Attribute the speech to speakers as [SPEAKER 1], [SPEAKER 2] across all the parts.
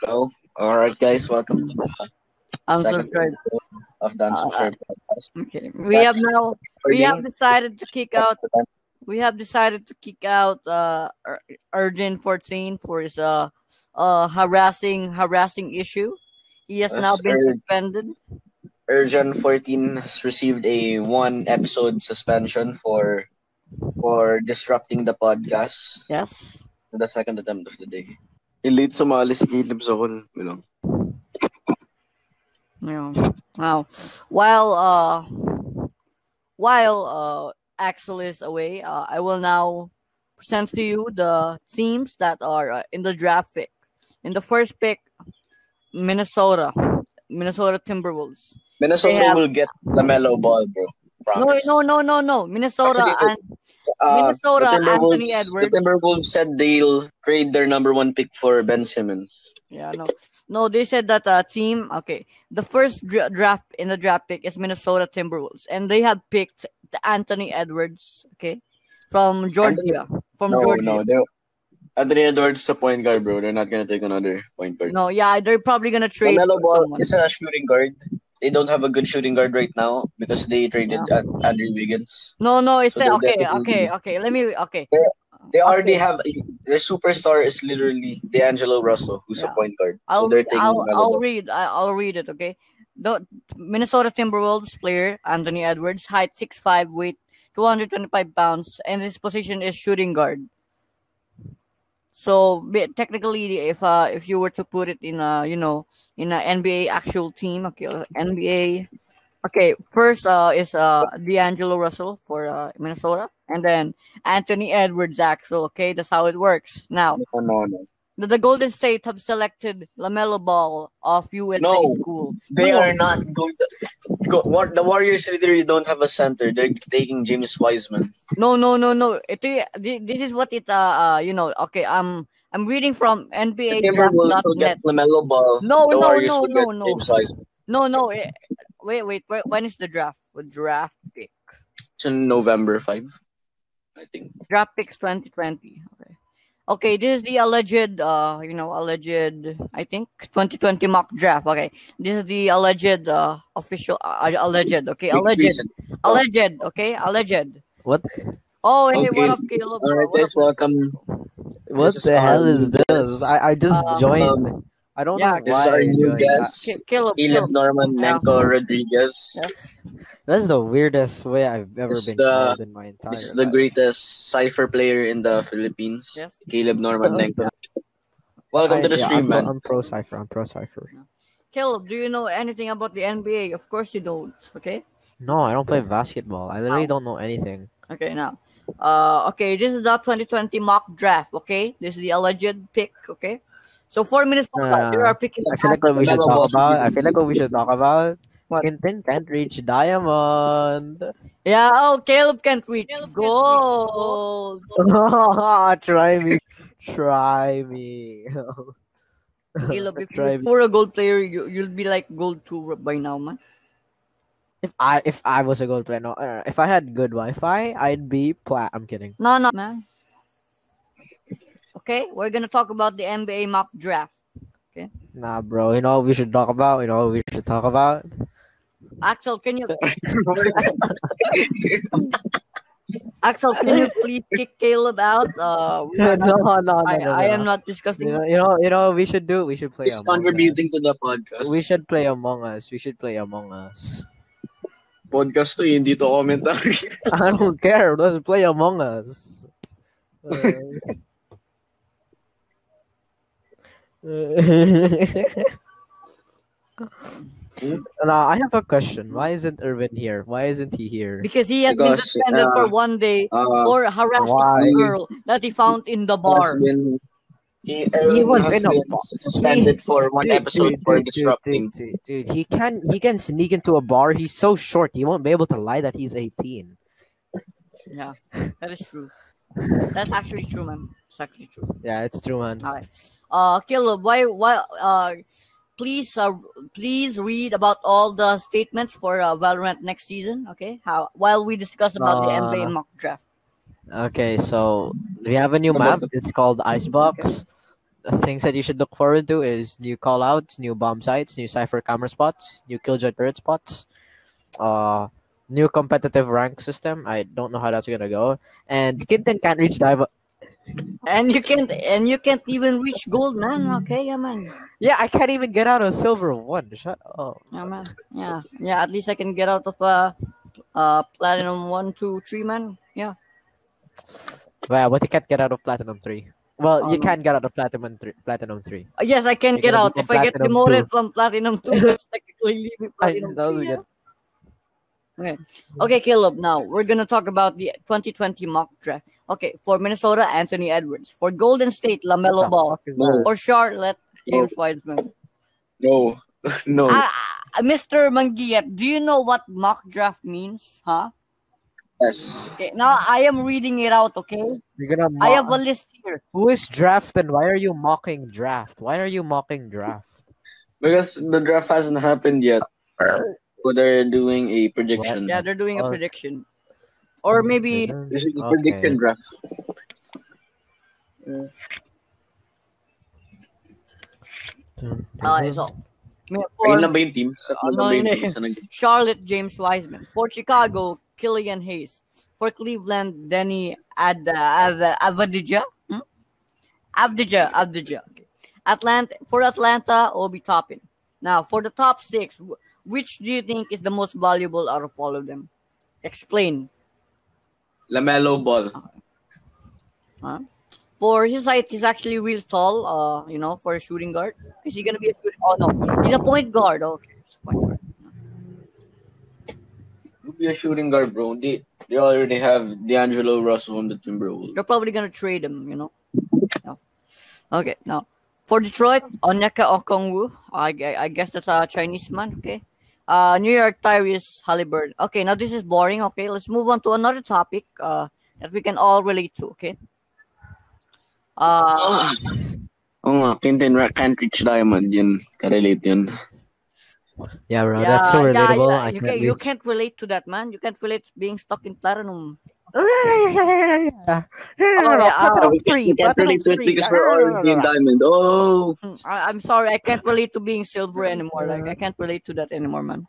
[SPEAKER 1] Hello. All right, guys. Welcome to the second
[SPEAKER 2] Unsubscribe.
[SPEAKER 1] episode of the Unsubscribe Podcast.
[SPEAKER 2] Okay. We have now Ah, we have
[SPEAKER 1] Recording.
[SPEAKER 2] decided to kick out we have decided to kick out uh Ur- Urgent 14 for his uh uh harassing harassing issue. He has now
[SPEAKER 1] Yes,
[SPEAKER 2] been
[SPEAKER 1] sir.
[SPEAKER 2] suspended.
[SPEAKER 1] Urgent 14 has received a one episode suspension for for disrupting the podcast.
[SPEAKER 2] Yes.
[SPEAKER 1] The second attempt of the day.
[SPEAKER 3] Yung late sumali si Caleb sa call. Yun lang.
[SPEAKER 2] Yeah. Wow. While uh while uh Axel is away, uh, I will now present to you the teams that are uh, in the draft pick. In the first pick, Minnesota, Minnesota Timberwolves.
[SPEAKER 1] Minnesota
[SPEAKER 2] They have-
[SPEAKER 1] will get the mellow ball, bro.
[SPEAKER 2] No,
[SPEAKER 1] Promise.
[SPEAKER 2] no, no, no, no. Minnesota
[SPEAKER 1] Actually,
[SPEAKER 2] and
[SPEAKER 1] So, uh,
[SPEAKER 2] Minnesota,
[SPEAKER 1] the Timberwolves-
[SPEAKER 2] Anthony Edwards.
[SPEAKER 1] The Timberwolves said they'll trade their number one pick for Ben Simmons.
[SPEAKER 2] yeah, no, no. They said that uh, team. Okay, the first dra- draft in the draft pick is Minnesota Timberwolves, and they have picked the Anthony Edwards. Okay, from Georgia, from
[SPEAKER 1] no,
[SPEAKER 2] Georgia.
[SPEAKER 1] no, they're Anthony Edwards is a point guard, bro. They're not gonna take another point guard.
[SPEAKER 2] No, yeah, they're probably gonna trade.
[SPEAKER 1] Lamelo
[SPEAKER 2] for
[SPEAKER 1] Ball
[SPEAKER 2] someone.
[SPEAKER 1] is a shooting guard. They don't have a good shooting guard right now because they traded An- Andrew Wiggins.
[SPEAKER 2] No, no, it's
[SPEAKER 1] So
[SPEAKER 2] a,
[SPEAKER 1] they'll
[SPEAKER 2] okay,
[SPEAKER 1] definitely-
[SPEAKER 2] okay, okay. Let me okay.
[SPEAKER 1] They- They already
[SPEAKER 2] Okay.
[SPEAKER 1] have their superstar is literally D'Angelo Russell, who's a
[SPEAKER 2] Yeah.
[SPEAKER 1] point guard. so
[SPEAKER 2] I'll
[SPEAKER 1] they're
[SPEAKER 2] read,
[SPEAKER 1] taking
[SPEAKER 2] I'll,
[SPEAKER 1] Lamelo
[SPEAKER 2] I'll
[SPEAKER 1] Ball.
[SPEAKER 2] read I- I'll read it. Okay, the Minnesota Timberwolves player Anthony Edwards, height 6'5", weight two hundred twenty five pounds, and his position is shooting guard. So ba- technically, if uh if you were to put it in a you know in a NBA actual team, okay, or NBA, okay, first uh is uh D'Angelo Russell for uh, Minnesota, and then Anthony Edwards Axel. Okay, that's how it works. Now
[SPEAKER 1] No, no, no.
[SPEAKER 2] that the Golden State have selected Lamelo Ball of USA
[SPEAKER 1] No.
[SPEAKER 2] school.
[SPEAKER 1] They
[SPEAKER 2] No.
[SPEAKER 1] are not going to. Go, what, the Warriors literally don't have a center. They're taking James Wiseman.
[SPEAKER 2] No, no, no, no. Ito, y- thi- this is what it uh, uh you know. Okay, I'm I'm reading from
[SPEAKER 1] The
[SPEAKER 2] NBA
[SPEAKER 1] Timberwolves will get
[SPEAKER 2] draft.net.
[SPEAKER 1] Lamelo Ball.
[SPEAKER 2] No,
[SPEAKER 1] the
[SPEAKER 2] no,
[SPEAKER 1] Warriors
[SPEAKER 2] no,
[SPEAKER 1] will
[SPEAKER 2] no,
[SPEAKER 1] get
[SPEAKER 2] no.
[SPEAKER 1] James Wiseman.
[SPEAKER 2] No, no. eh, wait, wait. wait when is the draft? Draft pick.
[SPEAKER 1] It's in November five, I think.
[SPEAKER 2] Draft picks 2020. Okay. Okay, this is the alleged, uh, you know, alleged, I think, 2020 mock draft. Okay, this is the alleged, uh, official, uh, alleged, okay, alleged,
[SPEAKER 1] Recent.
[SPEAKER 2] alleged, okay, alleged.
[SPEAKER 4] What?
[SPEAKER 2] Oh, hey,
[SPEAKER 1] Okay.
[SPEAKER 2] what up, Caleb?
[SPEAKER 1] All right,
[SPEAKER 2] What
[SPEAKER 1] guys,
[SPEAKER 2] up?
[SPEAKER 1] welcome.
[SPEAKER 4] What
[SPEAKER 1] This is
[SPEAKER 4] the hell
[SPEAKER 1] our
[SPEAKER 4] is
[SPEAKER 1] new guest.
[SPEAKER 4] this? I, I just
[SPEAKER 2] Um,
[SPEAKER 4] joined. I don't
[SPEAKER 2] yeah,
[SPEAKER 4] know
[SPEAKER 1] This
[SPEAKER 4] why.
[SPEAKER 1] is our
[SPEAKER 4] I
[SPEAKER 1] new
[SPEAKER 4] joined.
[SPEAKER 1] guest,
[SPEAKER 2] Ca-
[SPEAKER 1] Caleb
[SPEAKER 2] Caleb, Caleb.
[SPEAKER 1] Norman
[SPEAKER 2] Yeah.
[SPEAKER 1] Menko Rodriguez.
[SPEAKER 2] Yes.
[SPEAKER 4] That's the weirdest way I've ever
[SPEAKER 1] This is
[SPEAKER 4] been
[SPEAKER 1] the-
[SPEAKER 4] called in my
[SPEAKER 1] uh,
[SPEAKER 4] entire
[SPEAKER 1] This is the
[SPEAKER 4] life.
[SPEAKER 1] greatest cipher player in the Philippines,
[SPEAKER 2] Yes.
[SPEAKER 1] Caleb Norman
[SPEAKER 4] Oh,
[SPEAKER 1] Menko. Welcome
[SPEAKER 4] I-
[SPEAKER 1] to the
[SPEAKER 4] yeah,
[SPEAKER 1] stream,
[SPEAKER 4] I'm, pro-
[SPEAKER 1] man.
[SPEAKER 4] I'm pro cipher. I'm pro cipher.
[SPEAKER 2] Caleb, do you know anything about the NBA? Of course you don't. Okay.
[SPEAKER 4] No, I don't play basketball. I literally don't know anything.
[SPEAKER 2] Okay, now. Uh, okay, this is the 2020 mock draft. Okay, this is the alleged pick. Okay, so four minutes.
[SPEAKER 4] Nah.
[SPEAKER 2] you are picking.
[SPEAKER 4] I feel like what we should
[SPEAKER 1] Lamelo
[SPEAKER 4] talk
[SPEAKER 1] Ball's
[SPEAKER 4] about. I feel like what we should talk about.
[SPEAKER 2] What?
[SPEAKER 4] Quentin can't reach diamond.
[SPEAKER 2] Yeah. Oh, Caleb can't reach gold.
[SPEAKER 4] Try me. Try me.
[SPEAKER 2] Caleb, if
[SPEAKER 4] Try
[SPEAKER 2] you were a gold player, you you'll be like gold two by now, man.
[SPEAKER 4] If I if I was a gold player, no, uh, if I had good Wi-Fi, I'd be plat. I'm kidding.
[SPEAKER 2] No, no, man. Okay, we're gonna talk about the NBA mock draft.
[SPEAKER 4] Nah, bro. You know what we should talk about? You know what we should talk about?
[SPEAKER 2] Axel, can you? Axel, can you please kick Caleb out? Uh, we are not-
[SPEAKER 4] no, no,
[SPEAKER 2] I, I am
[SPEAKER 4] no.
[SPEAKER 2] not discussing.
[SPEAKER 4] You know, you know, you know, what we should do. We should play.
[SPEAKER 1] He's
[SPEAKER 4] Among
[SPEAKER 1] contributing to the
[SPEAKER 4] Us.
[SPEAKER 1] podcast.
[SPEAKER 4] We should play Among Us. We should play Among Us.
[SPEAKER 1] Podcast to, eh. hindi to comment. ah.
[SPEAKER 4] I don't care. Let's play Among Us. Uh, now I have a question. Why isn't Irvin here? Why isn't he here?
[SPEAKER 2] Because he has been
[SPEAKER 1] Because,
[SPEAKER 2] suspended
[SPEAKER 1] uh,
[SPEAKER 2] for one day
[SPEAKER 1] Uh,
[SPEAKER 2] for harassing
[SPEAKER 4] why?
[SPEAKER 2] a girl that he found in the
[SPEAKER 1] has
[SPEAKER 2] bar.
[SPEAKER 1] been, he, he
[SPEAKER 4] was
[SPEAKER 1] has
[SPEAKER 4] in a
[SPEAKER 1] been
[SPEAKER 4] box.
[SPEAKER 1] suspended for one
[SPEAKER 4] Dude,
[SPEAKER 1] episode
[SPEAKER 4] dude,
[SPEAKER 1] for
[SPEAKER 4] dude, dude,
[SPEAKER 1] disrupting.
[SPEAKER 4] Dude, dude, dude, he can he can sneak into a bar. He's so short. He won't be able to lie that he's eighteen.
[SPEAKER 2] Yeah, that is true. That's actually true, man. It's actually true.
[SPEAKER 4] Yeah, it's true, man.
[SPEAKER 2] All right. Uh, Caleb, why, why, uh, please, uh, please read about all the statements for uh, Valorant next season. Okay, how while we discuss about the
[SPEAKER 4] Uh,
[SPEAKER 2] NBA mock draft.
[SPEAKER 4] Okay, so we have a new
[SPEAKER 1] How about
[SPEAKER 4] map. It's called Icebox. things that you should look forward to is new callouts, new bomb sites, new cipher camera spots, new killjoy turret spots, uh, new competitive rank system. I don't know how that's gonna go. And Kinten can't reach dive.
[SPEAKER 2] And you can't and you can't even reach gold, man. Okay, yeah, man.
[SPEAKER 4] Yeah, I can't even get out of silver one. Shut up.
[SPEAKER 2] Yeah, man. Yeah, yeah. At least I can get out of uh, uh, platinum one, two, three, man. Yeah.
[SPEAKER 4] Well, but you can't get out of platinum three. Well,
[SPEAKER 2] Oh,
[SPEAKER 4] you
[SPEAKER 2] no.
[SPEAKER 4] can get out of platinum three. Platinum three.
[SPEAKER 2] Uh, Yes, I can
[SPEAKER 4] You're
[SPEAKER 2] get
[SPEAKER 4] gonna
[SPEAKER 2] out
[SPEAKER 4] be
[SPEAKER 2] if I get
[SPEAKER 4] platinum
[SPEAKER 2] demoted
[SPEAKER 4] two.
[SPEAKER 2] from platinum two. That's technically leaving
[SPEAKER 4] I,
[SPEAKER 2] platinum
[SPEAKER 4] that was
[SPEAKER 2] three.
[SPEAKER 4] good.
[SPEAKER 2] Okay, Caleb, now we're going to talk about the 2020 mock draft. Okay, for Minnesota, Anthony Edwards. For Golden State,
[SPEAKER 4] What
[SPEAKER 2] LaMelo
[SPEAKER 4] the
[SPEAKER 2] Ball.
[SPEAKER 4] fuck is
[SPEAKER 1] No,
[SPEAKER 2] For Charlotte, James
[SPEAKER 4] Oh.
[SPEAKER 2] Wiseman.
[SPEAKER 1] no, no.
[SPEAKER 2] Ah, ah, Mr. Mangiat, do you know what mock draft means? Huh?
[SPEAKER 1] yes.
[SPEAKER 2] Okay, now I am reading it out, okay?
[SPEAKER 4] You're gonna
[SPEAKER 2] I
[SPEAKER 4] mock-
[SPEAKER 2] have a list here.
[SPEAKER 4] Who is draft and why are you mocking draft? Why are you mocking draft?
[SPEAKER 1] Because the draft hasn't happened yet. So they're doing a prediction.
[SPEAKER 2] Yeah, they're doing a
[SPEAKER 4] Oh.
[SPEAKER 2] prediction. Or maybe
[SPEAKER 1] This is a
[SPEAKER 4] Okay.
[SPEAKER 1] prediction draft.
[SPEAKER 2] Okay, so.
[SPEAKER 1] Ayun
[SPEAKER 2] For
[SPEAKER 1] lang ba yung team? Sa
[SPEAKER 2] Ano
[SPEAKER 1] ano ba yung
[SPEAKER 2] yun
[SPEAKER 1] team?
[SPEAKER 2] eh?
[SPEAKER 1] Sa nag-
[SPEAKER 2] Charlotte, James Wiseman. For Chicago, Killian Hayes. For Cleveland, Denny Ad, Ad, Avadija. Hmm? Avdija, Avdija. Okay. Atlanta, for Atlanta, Obi Toppin. Now, for the top six, wh- which do you think is the most valuable out of all of them? Explain.
[SPEAKER 1] Lamelo Ball.
[SPEAKER 2] For his height, he's actually real tall, uh, you know, for a shooting guard. Is he going to be a shooting Oh, no. He's a point guard. Oh, Okay. he's a Point guard.
[SPEAKER 1] You'll be a shooting guard, bro. They, they already have D'Angelo Russell on the Timberwolves.
[SPEAKER 2] They're probably gonna trade him, you know. No. Okay, now for Detroit, Onyeka Okongwu. I, gue- I guess that's a Chinese man. Okay. Uh, New York Tyrese Halliburton. Okay, now this is boring. Okay, let's move on to another topic. Uh, that we can all relate to. Okay. Uh,
[SPEAKER 1] Ah! Oo nga, Quentin Ra- can't reach diamond. Yun, karelate yun.
[SPEAKER 4] Yeah, bro,
[SPEAKER 2] yeah,
[SPEAKER 4] that's so
[SPEAKER 2] yeah,
[SPEAKER 4] relatable.
[SPEAKER 2] yeah,
[SPEAKER 4] I
[SPEAKER 2] you,
[SPEAKER 4] can't
[SPEAKER 2] can, you can't relate to that, man. You can't relate being stuck in platinum.
[SPEAKER 1] No,
[SPEAKER 2] Platinum
[SPEAKER 1] we can't- we can't relate to it because we're
[SPEAKER 2] Ah!
[SPEAKER 1] already in diamond. Oh!
[SPEAKER 2] Mm, I, I'm sorry, I can't relate to being silver anymore. Like I can't relate to that anymore, man.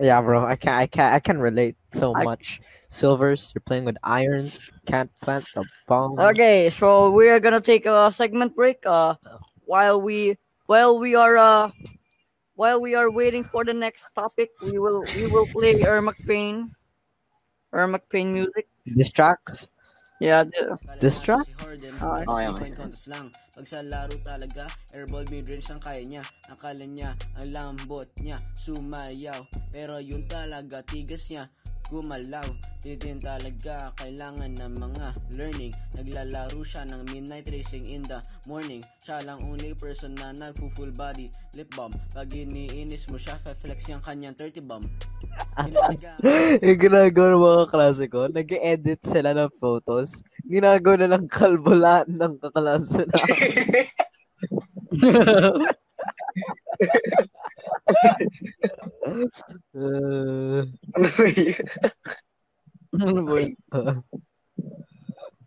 [SPEAKER 4] Yeah, bro, I can I can I can relate so
[SPEAKER 2] I-
[SPEAKER 4] much. Silvers, you're playing with irons. Can't plant the bomb.
[SPEAKER 2] Okay, so we are gonna take a segment break. Uh, while we while we are uh while we are waiting for the next topic, we will we will play Ermac Payne, Ermac Payne music.
[SPEAKER 4] Distracts.
[SPEAKER 2] Yeah, the-
[SPEAKER 4] Distract?
[SPEAKER 2] Alright.
[SPEAKER 1] Okay, okay.
[SPEAKER 5] Point contest lang. Pag sa laro talaga, airball midrange ang kaya niya. Akala niya, ang lambot niya, sumayaw. Pero yun talaga, tigas niya, gumalaw. Titin talaga, kailangan ng mga learning. Naglalaro siya ng midnight racing in the morning. Siya lang only person na nagpo full body lip balm. Pag iniinis mo siya, fe-flex yung kanyang 30 bomb. Yun talaga.
[SPEAKER 4] yung ginagawa ng mga kaklase ko, nag-edit sila ng photos. Ginagawa na lang kalbulaan ng kaklase na. uh,
[SPEAKER 2] ano ba yun?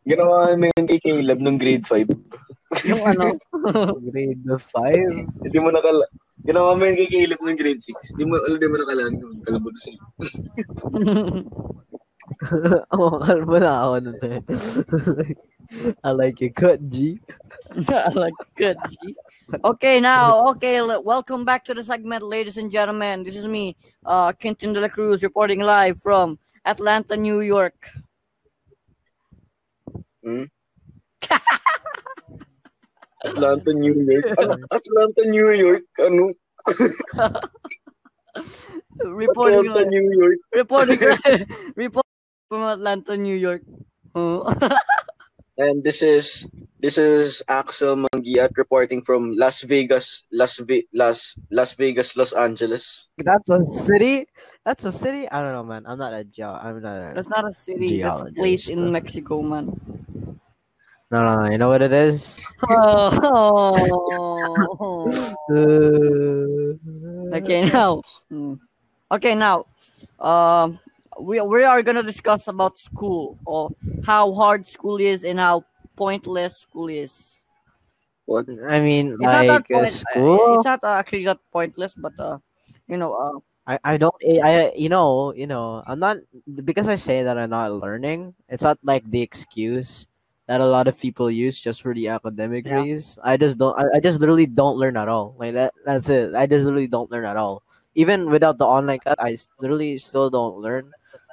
[SPEAKER 1] Ginawa namin kay Caleb nung grade 5.
[SPEAKER 2] yung ano?
[SPEAKER 4] grade 5.
[SPEAKER 1] Hindi mo nakala... Ginawa namin kay Caleb nung grade 6. Hindi mo, hindi mo nakalaan kung kalabot na siya.
[SPEAKER 4] oh, kalma na ako nun eh. I like your cut, G.
[SPEAKER 2] like good. G. Okay, now okay. l- Welcome back to the segment, ladies and gentlemen. This is me, uh, Quinton de la Cruz, reporting live from Atlanta, New York.
[SPEAKER 1] Atlanta, New York. Ano? Atlanta, New York. Ano?
[SPEAKER 2] Reporting
[SPEAKER 1] Atlanta,
[SPEAKER 2] live.
[SPEAKER 1] New York.
[SPEAKER 2] reporting report from Atlanta, New York. Oh.
[SPEAKER 1] And this is this is Axel Mangiat reporting from Las Vegas, Las Ve- Las Las Vegas, Los Angeles.
[SPEAKER 4] That's a city? That's a city? I don't know, man. I'm not a geo. I'm not a...
[SPEAKER 2] that's not a city. That's a place
[SPEAKER 4] uh.
[SPEAKER 2] in Mexico, man.
[SPEAKER 4] No, no, no. You know what it is?
[SPEAKER 2] Oh.
[SPEAKER 4] Uh,
[SPEAKER 2] okay, now. Mm. Okay, now. Um, we we are gonna discuss about school or how hard school is and how pointless school is.
[SPEAKER 4] What? I mean,
[SPEAKER 2] It's not that
[SPEAKER 4] like uh,
[SPEAKER 2] point-
[SPEAKER 4] school.
[SPEAKER 2] It's not uh, actually that pointless, but uh, you know, uh,
[SPEAKER 4] I, I don't eh, I, I you know you know I'm not because I say that I'm not learning. It's not like the excuse that a lot of people use just for the academic
[SPEAKER 2] Yeah.
[SPEAKER 4] reasons. I just don't. I, I just literally don't learn at all. Like that. That's it. I just literally don't learn at all. Even without the online class, I s- literally still don't learn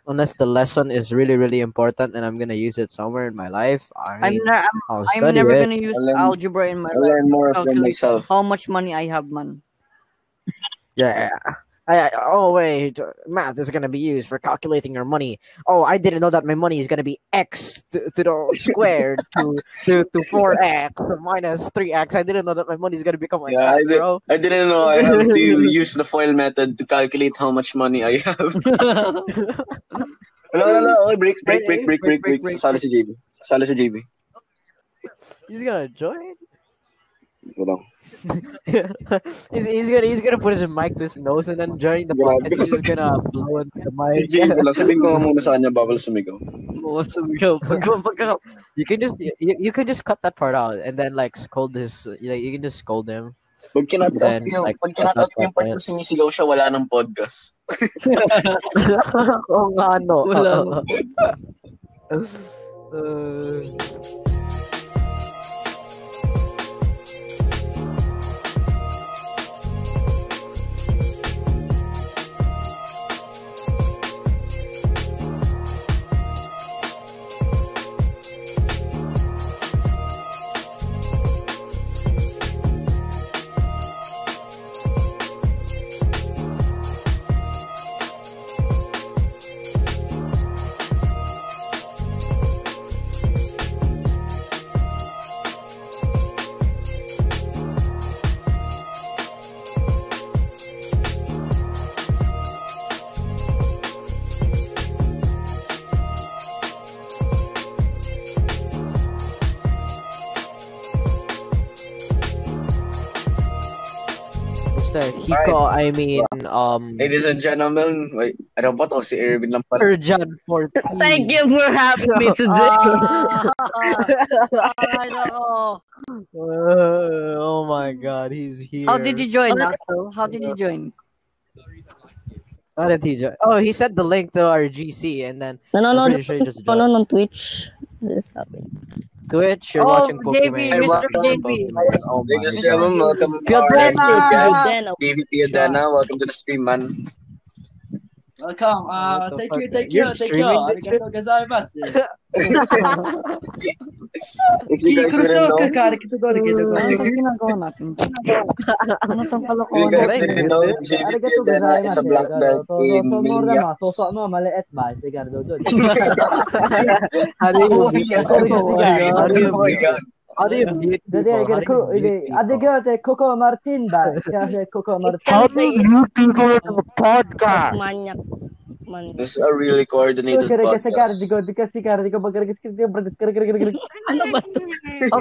[SPEAKER 4] unless the lesson is really really important and I'm gonna use it somewhere in my life. I
[SPEAKER 2] I'm
[SPEAKER 4] mean,
[SPEAKER 2] ne- I'm,
[SPEAKER 4] I'll
[SPEAKER 2] I'm
[SPEAKER 4] study
[SPEAKER 2] never
[SPEAKER 4] it.
[SPEAKER 2] gonna use
[SPEAKER 1] Alam-
[SPEAKER 2] algebra in my
[SPEAKER 1] I
[SPEAKER 2] life.
[SPEAKER 1] learn more from
[SPEAKER 2] Calculate
[SPEAKER 1] myself.
[SPEAKER 2] How much money I have, man?
[SPEAKER 4] Yeah. I, I, oh wait, math is gonna be used for calculating your money. Oh, I didn't know that my money is gonna be x to, to the squared to to to four x minus three x. I didn't know that my money is gonna become like
[SPEAKER 1] Yeah, I
[SPEAKER 4] that,
[SPEAKER 1] did-
[SPEAKER 4] bro.
[SPEAKER 1] I didn't know I have to use the FOIL method to calculate how much money I have. Wala, wala, wala. Okay, break, break, break, break, break, break. Sasali si JB. Sasali si JB.
[SPEAKER 4] He's gonna join.
[SPEAKER 1] Wala.
[SPEAKER 4] he's, he's gonna he's gonna put his mic to his nose and then during the
[SPEAKER 1] Grabe.
[SPEAKER 4] podcast he's just gonna blow into the
[SPEAKER 1] Si
[SPEAKER 4] mic.
[SPEAKER 1] JB lang. Sabihin ko nga muna sa kanya, bawal sumigaw.
[SPEAKER 4] You can just you, you can just cut that part out and then like scold his like you can just scold him.
[SPEAKER 1] Pag kinat out
[SPEAKER 4] Then,
[SPEAKER 1] ko yung,
[SPEAKER 4] like,
[SPEAKER 1] pag kinat out ko yung part
[SPEAKER 4] that's
[SPEAKER 1] na sumisigaw siya, wala nang podcast.
[SPEAKER 4] Oo nga, no.
[SPEAKER 2] Wala.
[SPEAKER 4] Uh, Mr. Hiko, I mean, um,
[SPEAKER 1] Ladies and gentlemen, wait, ano ba to? Si Irvin lang pala.
[SPEAKER 4] Urjan 14.
[SPEAKER 6] Thank you for having me today.
[SPEAKER 2] Ah, ay, nako.
[SPEAKER 4] Uh, oh my god, he's here.
[SPEAKER 2] How did you join? Axel? How did you join?
[SPEAKER 4] How did he join? Oh, he sent the link to our GC and then I'm pretty
[SPEAKER 6] Nanonood
[SPEAKER 4] sure you just
[SPEAKER 6] ako noon ng Twitch. This happened.
[SPEAKER 4] Twitch, you're
[SPEAKER 2] Oh,
[SPEAKER 4] watching
[SPEAKER 2] JB,
[SPEAKER 4] Pokemon.
[SPEAKER 1] Mr.
[SPEAKER 2] JB.
[SPEAKER 4] Pokemon. Oh my
[SPEAKER 1] Ladies and
[SPEAKER 4] god.
[SPEAKER 1] gentlemen, welcome to our
[SPEAKER 2] Piodrena!
[SPEAKER 1] podcast.
[SPEAKER 6] Piodrena.
[SPEAKER 1] JB Piodrena, welcome to the stream, man.
[SPEAKER 7] Welcome.
[SPEAKER 4] What
[SPEAKER 7] Uh,
[SPEAKER 4] the
[SPEAKER 7] thank
[SPEAKER 4] fuck,
[SPEAKER 7] you,
[SPEAKER 4] man?
[SPEAKER 7] thank you,
[SPEAKER 4] You're
[SPEAKER 7] thank you.
[SPEAKER 4] streaming that shit?
[SPEAKER 7] Arigato gozaimasu.
[SPEAKER 1] If you guys didn't know,
[SPEAKER 7] Kikurushoka
[SPEAKER 2] Ano
[SPEAKER 7] karikisudoru
[SPEAKER 2] itong ginagawa natin? Ano
[SPEAKER 1] if
[SPEAKER 2] itong
[SPEAKER 1] you
[SPEAKER 2] kalokohan?
[SPEAKER 1] guys
[SPEAKER 2] natin?
[SPEAKER 1] didn't know, JB Piodrena is a black belt in Maniacs.
[SPEAKER 4] How do you
[SPEAKER 1] Oh,
[SPEAKER 4] mute
[SPEAKER 1] yeah.
[SPEAKER 4] people?
[SPEAKER 1] Oh,
[SPEAKER 4] How do you-
[SPEAKER 1] my God. Oh, my God.
[SPEAKER 4] How do you mute people? How do you mute people?
[SPEAKER 6] How do you podcast? Manyak. Man.
[SPEAKER 1] This is a really coordinated podcast.
[SPEAKER 6] Ano ba?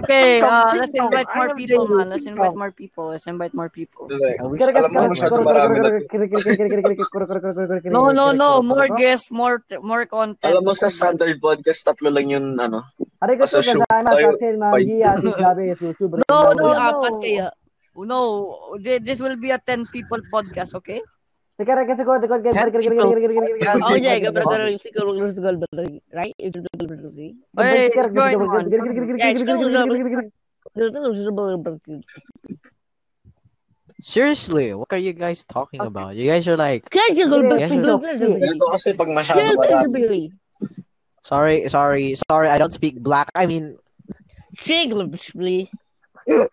[SPEAKER 2] Okay, uh, let's invite more people, man. Let's invite more people. Let's invite more people.
[SPEAKER 1] Like,
[SPEAKER 4] I wish-
[SPEAKER 1] alam mo, masyadong marami na
[SPEAKER 2] No, no, no. More guests, more more content.
[SPEAKER 1] Alam mo, sa standard podcast, tatlo lang yun, ano. Sa show.
[SPEAKER 2] No, no,
[SPEAKER 6] Yung apat
[SPEAKER 2] no.
[SPEAKER 6] kaya.
[SPEAKER 2] Oh, No, thi- this will be a 10 people podcast, okay?
[SPEAKER 6] Oh, yeah. Kapag karang siguro ng sugal ba? Right? Ito ito ito ito ito.
[SPEAKER 2] Hey, join one.
[SPEAKER 6] Yeah, ito ito ito ito. Ito ito ito ito.
[SPEAKER 4] Seriously, what are you guys talking
[SPEAKER 2] Okay.
[SPEAKER 4] about? You guys are like,
[SPEAKER 6] Kaya sugal ba? Sugal ba?
[SPEAKER 1] Ganito kasi pag masyado
[SPEAKER 6] Sugal ba?
[SPEAKER 1] marami.
[SPEAKER 4] sorry, sorry, sorry, I don't speak black. I mean,
[SPEAKER 6] Sugal ba?
[SPEAKER 4] uh,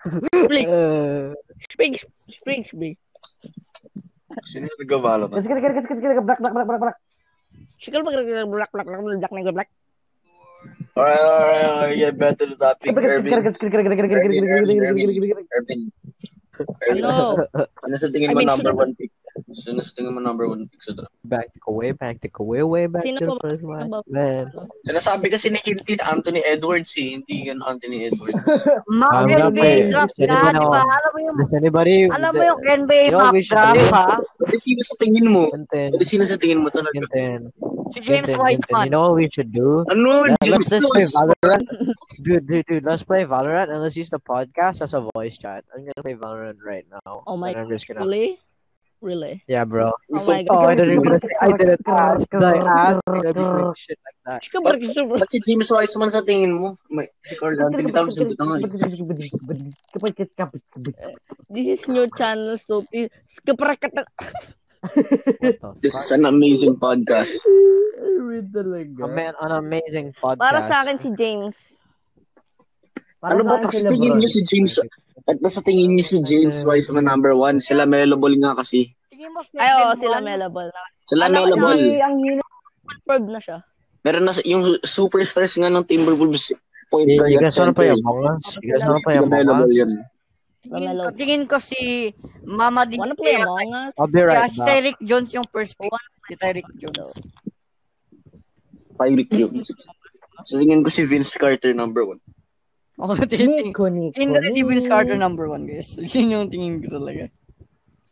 [SPEAKER 6] Speak, speak, speak.
[SPEAKER 1] Sino yung nagkabalo man?
[SPEAKER 6] Sugal ba? Black, black, black, black, black, black.
[SPEAKER 1] Alright, alright, alright. Get back to the topic, Irvin. Irvin. Irvin.
[SPEAKER 6] Ano?
[SPEAKER 1] Sino sa tingin mo
[SPEAKER 6] I mean,
[SPEAKER 1] number
[SPEAKER 6] sino-
[SPEAKER 1] one pick? Sino sa tingin mo number one pick sa draft?
[SPEAKER 4] back to away, back to away, way back
[SPEAKER 6] Sino
[SPEAKER 4] to the
[SPEAKER 6] ba-
[SPEAKER 4] first one.
[SPEAKER 6] ba-
[SPEAKER 4] Man,
[SPEAKER 1] Sinasabi kasi ni Hinti na Anthony Edwards eh. Hindi yan Anthony Edwards.
[SPEAKER 2] Mock
[SPEAKER 4] I'm not
[SPEAKER 2] NBA
[SPEAKER 4] playing.
[SPEAKER 2] draft na,
[SPEAKER 4] Sino
[SPEAKER 2] di
[SPEAKER 4] ba naman?
[SPEAKER 2] ba? Alam mo yung,
[SPEAKER 4] does anybody?
[SPEAKER 2] alam mo yung NBA
[SPEAKER 4] You know,
[SPEAKER 2] mock
[SPEAKER 4] we should
[SPEAKER 2] draft,
[SPEAKER 4] do-
[SPEAKER 2] ha?
[SPEAKER 1] Pwede sino sa tingin mo?
[SPEAKER 4] Content,
[SPEAKER 1] Pwede sino sa tingin mo talaga?
[SPEAKER 4] content.
[SPEAKER 2] Si James
[SPEAKER 4] Vincent, Vincent,
[SPEAKER 2] Wiseman.
[SPEAKER 4] you know what we should do?
[SPEAKER 1] Ano?
[SPEAKER 4] Let- Let's, let's play
[SPEAKER 1] Jesus!
[SPEAKER 4] Valorant. Dude, dude, dude, let's play Valorant and let's use the podcast as a voice chat. I'm gonna play Valorant right now.
[SPEAKER 6] Oh my-
[SPEAKER 4] and I'm just gonna.
[SPEAKER 6] Really? Really?
[SPEAKER 4] Yeah, bro.
[SPEAKER 6] Oh
[SPEAKER 1] So,
[SPEAKER 6] my
[SPEAKER 4] Oh, I
[SPEAKER 6] god.
[SPEAKER 4] didn't even. I
[SPEAKER 6] oh
[SPEAKER 4] didn't ask. I asked. I'm gonna be doing shit like that.
[SPEAKER 6] Chika, bark, chika, bark.
[SPEAKER 1] Ba't si James Wiseman sa tingin mo? May, si Carl Anthony Towns eh. yung butangan.
[SPEAKER 6] This is
[SPEAKER 1] Ah.
[SPEAKER 6] new channel, so please. Skaprakata.
[SPEAKER 4] What the
[SPEAKER 1] This is an amazing podcast.
[SPEAKER 7] Read talaga.
[SPEAKER 4] fuck? Man, an amazing podcast.
[SPEAKER 6] Para sa akin si James.
[SPEAKER 1] Ano ba kasi tingin niyo si James? At ba sa tingin niyo si James Wiseman number one? Sila Melo Ball nga kasi.
[SPEAKER 2] Tingin mo si
[SPEAKER 6] Ay, oo,
[SPEAKER 2] Ben
[SPEAKER 6] sila
[SPEAKER 2] Juan?
[SPEAKER 6] Melabal.
[SPEAKER 1] Sila Melo Ball.
[SPEAKER 6] Ang yun, confirmed na siya.
[SPEAKER 1] Pero nasa, yung superstars nga ng Timberwolves point
[SPEAKER 4] You,
[SPEAKER 1] guard
[SPEAKER 4] you
[SPEAKER 1] at
[SPEAKER 4] guys wanna
[SPEAKER 1] center.
[SPEAKER 4] play Among Us? You guys wanna play
[SPEAKER 1] Sila
[SPEAKER 4] Among
[SPEAKER 1] Melo Ball
[SPEAKER 4] Us?
[SPEAKER 1] yun.
[SPEAKER 2] Tingin
[SPEAKER 6] Lamelo.
[SPEAKER 2] ko, tingin ko si Mama Di.
[SPEAKER 6] Wanna play Among Us?
[SPEAKER 4] I'll be
[SPEAKER 2] Yeah,
[SPEAKER 4] right
[SPEAKER 2] si
[SPEAKER 4] back.
[SPEAKER 2] Tyrick Jones yung first pick. Si Tyrick Jones.
[SPEAKER 1] Tyreek Hughes. Sa tingin ko si Vince Carter number one.
[SPEAKER 2] Oh, tingin
[SPEAKER 8] Nico, Nico,
[SPEAKER 2] Tingin ko na si Vince
[SPEAKER 8] Nico.
[SPEAKER 2] Carter number one, guys. Yun yung tingin ko talaga.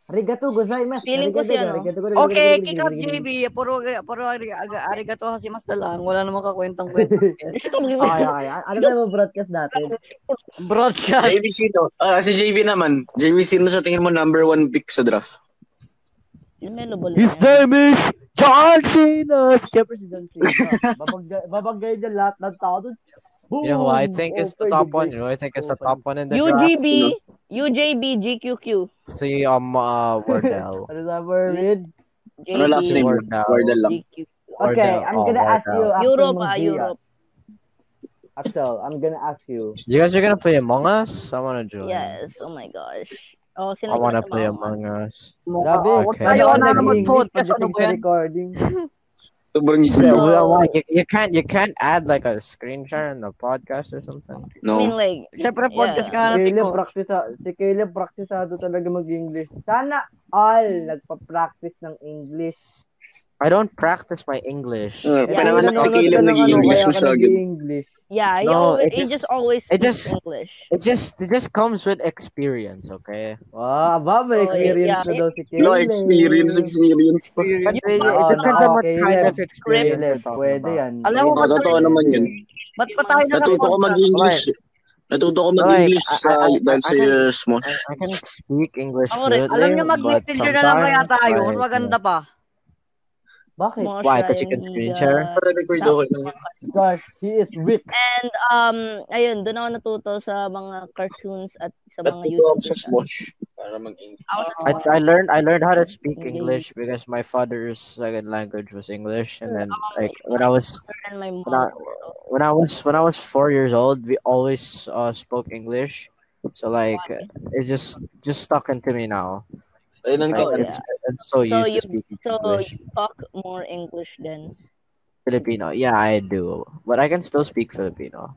[SPEAKER 8] Arigato gozaimasu.
[SPEAKER 6] Feeling ko siya, no?
[SPEAKER 2] Okay, kick out JB. Puro, puro ari- aga- arigato kasi mas dalang. Wala namang kakwentang kwenta. guys.
[SPEAKER 6] Gusto ko
[SPEAKER 8] Okay, okay. Ano ba yung broadcast natin?
[SPEAKER 2] Broadcast.
[SPEAKER 1] JV sino? Ah, si JV naman. JV sino sa tingin mo number one pick sa draft?
[SPEAKER 6] Melabal.
[SPEAKER 4] name is John Cena.
[SPEAKER 8] Siyempre si John Cena. Babagay, babagay niya lahat ng tao doon. Boom!
[SPEAKER 4] You know who I think is the
[SPEAKER 8] Open
[SPEAKER 4] top one? You know who I
[SPEAKER 8] bridge.
[SPEAKER 4] think is the
[SPEAKER 8] Open.
[SPEAKER 4] top one in the draft?
[SPEAKER 6] UGB.
[SPEAKER 1] Ano
[SPEAKER 6] UJB, GQQ.
[SPEAKER 4] Si um uh, Wardell.
[SPEAKER 8] Ano na, Mervin?
[SPEAKER 1] Ano last
[SPEAKER 6] JB,
[SPEAKER 1] name?
[SPEAKER 4] Wardell.
[SPEAKER 1] Wardell lang.
[SPEAKER 6] GQ.
[SPEAKER 8] Okay,
[SPEAKER 4] Wardell.
[SPEAKER 8] I'm
[SPEAKER 4] Oh,
[SPEAKER 8] gonna ask you.
[SPEAKER 4] Wardell.
[SPEAKER 8] Axel
[SPEAKER 6] Europe, ah,
[SPEAKER 8] Munguia.
[SPEAKER 6] Europe.
[SPEAKER 8] Axel, I'm gonna ask you.
[SPEAKER 4] You guys are gonna play Among Us? I wanna join.
[SPEAKER 6] Yes, oh my gosh.
[SPEAKER 4] I
[SPEAKER 6] Oh, sinabi
[SPEAKER 4] wanna
[SPEAKER 6] ko na
[SPEAKER 4] play
[SPEAKER 6] mga-
[SPEAKER 4] Among Us.
[SPEAKER 8] Grabe.
[SPEAKER 4] Okay.
[SPEAKER 8] Tayo
[SPEAKER 4] Ayun,
[SPEAKER 8] na
[SPEAKER 4] ano
[SPEAKER 8] naman
[SPEAKER 2] po?
[SPEAKER 8] Pagdating
[SPEAKER 2] Ano ba
[SPEAKER 8] sa
[SPEAKER 2] yan?
[SPEAKER 8] recording.
[SPEAKER 1] Sobrang
[SPEAKER 4] So, we don't want- you, you can't you can't add like a screen share in the podcast or something.
[SPEAKER 6] I mean,
[SPEAKER 1] No.
[SPEAKER 6] like,
[SPEAKER 2] Siyempre, podcast ka hanapin
[SPEAKER 8] Caleb,
[SPEAKER 2] ko.
[SPEAKER 8] praktisa, si Caleb praktisado talaga mag-English. Sana all nagpa-practice ng English.
[SPEAKER 4] I don't practice my English.
[SPEAKER 1] Uh,
[SPEAKER 8] Kaya
[SPEAKER 1] Panawanak si
[SPEAKER 8] nanonood
[SPEAKER 1] Caleb
[SPEAKER 8] ka ng
[SPEAKER 1] nag-i-English
[SPEAKER 8] ano,
[SPEAKER 1] mo siya
[SPEAKER 8] kaya ka
[SPEAKER 1] agad.
[SPEAKER 8] nag-i-English.
[SPEAKER 6] yeah, he,
[SPEAKER 4] No,
[SPEAKER 6] always,
[SPEAKER 4] it
[SPEAKER 6] he
[SPEAKER 4] just-
[SPEAKER 6] just always
[SPEAKER 4] it
[SPEAKER 6] speaks
[SPEAKER 4] just-
[SPEAKER 6] English.
[SPEAKER 4] It just it just comes with experience, okay?
[SPEAKER 8] Wow, aba, may
[SPEAKER 6] Oh,
[SPEAKER 8] experience
[SPEAKER 6] yeah.
[SPEAKER 8] na daw si Caleb.
[SPEAKER 1] No, experience, experience. pa.
[SPEAKER 4] But they- it
[SPEAKER 8] Oh,
[SPEAKER 4] depends on
[SPEAKER 8] no,
[SPEAKER 4] what
[SPEAKER 8] okay,
[SPEAKER 4] kind
[SPEAKER 8] yeah.
[SPEAKER 4] of experience
[SPEAKER 8] Caleb,
[SPEAKER 4] you're talking
[SPEAKER 8] pwede
[SPEAKER 4] about.
[SPEAKER 8] yan.
[SPEAKER 2] Alam mo
[SPEAKER 1] Oh,
[SPEAKER 2] ba-
[SPEAKER 1] totoo naman yun.
[SPEAKER 2] Ba't pa tayo na
[SPEAKER 1] Natuto ko mag-English. Natuto ko mag-English
[SPEAKER 8] Ah,
[SPEAKER 4] Like,
[SPEAKER 1] sa
[SPEAKER 4] I- I-
[SPEAKER 1] dahil sa
[SPEAKER 4] I- I-
[SPEAKER 1] uh, Smosh.
[SPEAKER 4] I, I can speak English
[SPEAKER 6] Ako rin.
[SPEAKER 4] fluently,
[SPEAKER 2] Alam niyo,
[SPEAKER 4] but
[SPEAKER 2] mag-messenger na lang kaya
[SPEAKER 4] sometimes,
[SPEAKER 2] tayo. Mas
[SPEAKER 4] like,
[SPEAKER 2] maganda pa.
[SPEAKER 8] Bakit?
[SPEAKER 6] Mga
[SPEAKER 4] Why? 'Cause you
[SPEAKER 6] shyang
[SPEAKER 4] can screen
[SPEAKER 6] giga.
[SPEAKER 4] share?
[SPEAKER 1] Record ako.
[SPEAKER 8] Gosh, she is weak.
[SPEAKER 6] And, um, ayun, doon ako natuto sa mga cartoons at sa mga
[SPEAKER 1] Natuto
[SPEAKER 6] YouTube.
[SPEAKER 1] ako sa Smosh. Para mag-English.
[SPEAKER 4] I, I learned I learned how to speak
[SPEAKER 6] Okay.
[SPEAKER 4] English because my father's second language was English, and then
[SPEAKER 6] Oh
[SPEAKER 4] like
[SPEAKER 6] my
[SPEAKER 4] when I was
[SPEAKER 6] And my mom.
[SPEAKER 4] when I, when I was when I was four years old, we always uh, spoke English. So like it just just stuck into me now.
[SPEAKER 1] Ayun
[SPEAKER 4] Like,
[SPEAKER 1] ko.
[SPEAKER 6] yeah.
[SPEAKER 4] it's, it's so, used
[SPEAKER 6] you-
[SPEAKER 4] to speaking
[SPEAKER 6] so,
[SPEAKER 4] English.
[SPEAKER 6] you talk more English then.
[SPEAKER 4] Filipino, yeah, I do, but I can still speak Filipino.